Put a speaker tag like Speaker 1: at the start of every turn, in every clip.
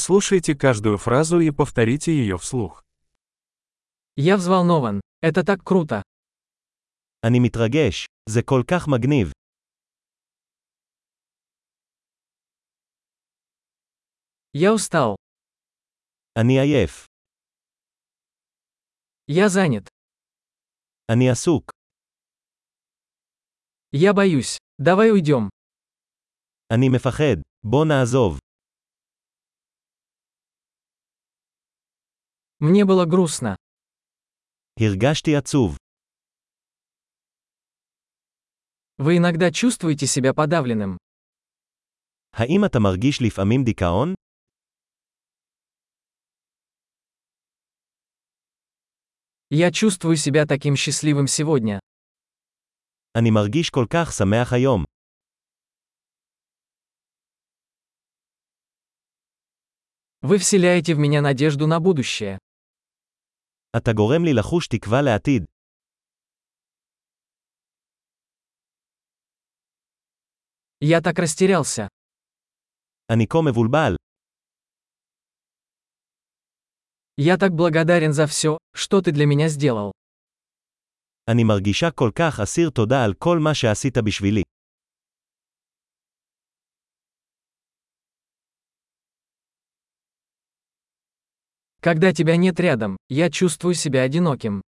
Speaker 1: Прослушайте каждую фразу и повторите ее вслух.
Speaker 2: Я взволнован. Это так круто.
Speaker 3: אני מתרגש, זה כל כך מגניב.
Speaker 2: Я устал.
Speaker 3: אני עייף.
Speaker 2: Я занят.
Speaker 3: אני עסוק.
Speaker 2: Я боюсь. Давай уйдем.
Speaker 3: אני מפחד. בוא נעזוב.
Speaker 2: Мне было грустно.
Speaker 3: הרגשתי עצוב.
Speaker 2: Вы иногда чувствуете себя подавленным.
Speaker 3: האם אתה מרגיש לפעמים דיכאון?
Speaker 2: Я чувствую себя таким счастливым сегодня.
Speaker 3: אני מרגיש כל כך שמח היום.
Speaker 2: Вы вселяете в меня надежду на будущее.
Speaker 3: אתה גורם לי לחוש תקווה לעתיד.
Speaker 2: Я так растерялся.
Speaker 3: אני כה מבולבל.
Speaker 2: Я так благодарен за все, что ты для меня сделал.
Speaker 3: אני מרגישה כל כך אסיר תודה על כל מה שעשית בשבילי.
Speaker 2: Когда тебя нет рядом, я чувствую себя одиноким.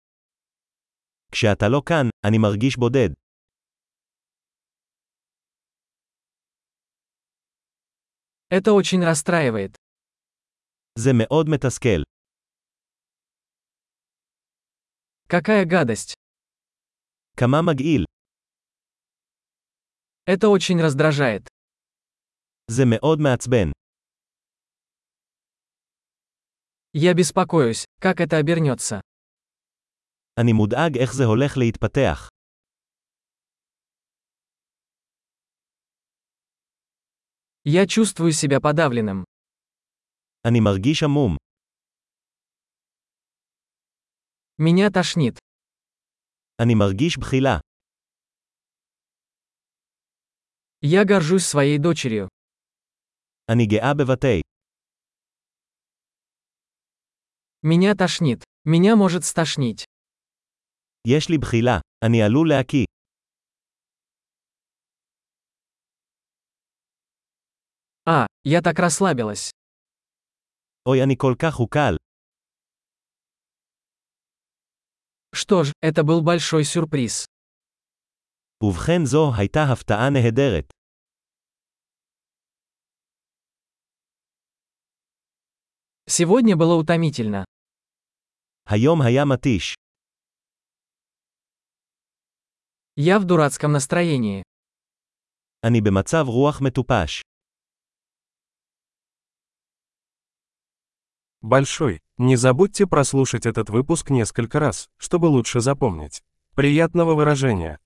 Speaker 3: כשאתה לא כאן, אני מרגיש בודד.
Speaker 2: Это очень расстраивает.
Speaker 3: זה מאוד מתסכל.
Speaker 2: Какая гадость.
Speaker 3: כמה מגעיל.
Speaker 2: Это очень раздражает.
Speaker 3: זה מאוד מעצבן.
Speaker 2: Я беспокоюсь, как это обернется.
Speaker 3: אני מודאג איך זה הולך להתפתח.
Speaker 2: Я чувствую себя подавленным.
Speaker 3: אני מרגיש עמום.
Speaker 2: Меня тошнит.
Speaker 3: אני מרגיש בחילה.
Speaker 2: Я горжусь своей дочерью.
Speaker 3: אני גאה בבתי.
Speaker 2: Меня тошнит. Меня может стошнить.
Speaker 3: יש לי בחילה. אני עלול להקיא.
Speaker 2: А, я так расслабилась.
Speaker 3: אוי, אני כל כך הוקל.
Speaker 2: Что ж, это был большой сюрприз.
Speaker 3: ובכן זו הייתה הפתעה נהדרת.
Speaker 2: Сегодня было утомительно.
Speaker 3: היום היה מתיש.
Speaker 2: Я в дурацком настроении.
Speaker 3: אני במצב רוח מטופש.
Speaker 1: Большой. Не забудьте прослушать этот выпуск несколько раз, чтобы лучше запомнить. Приятного выражения!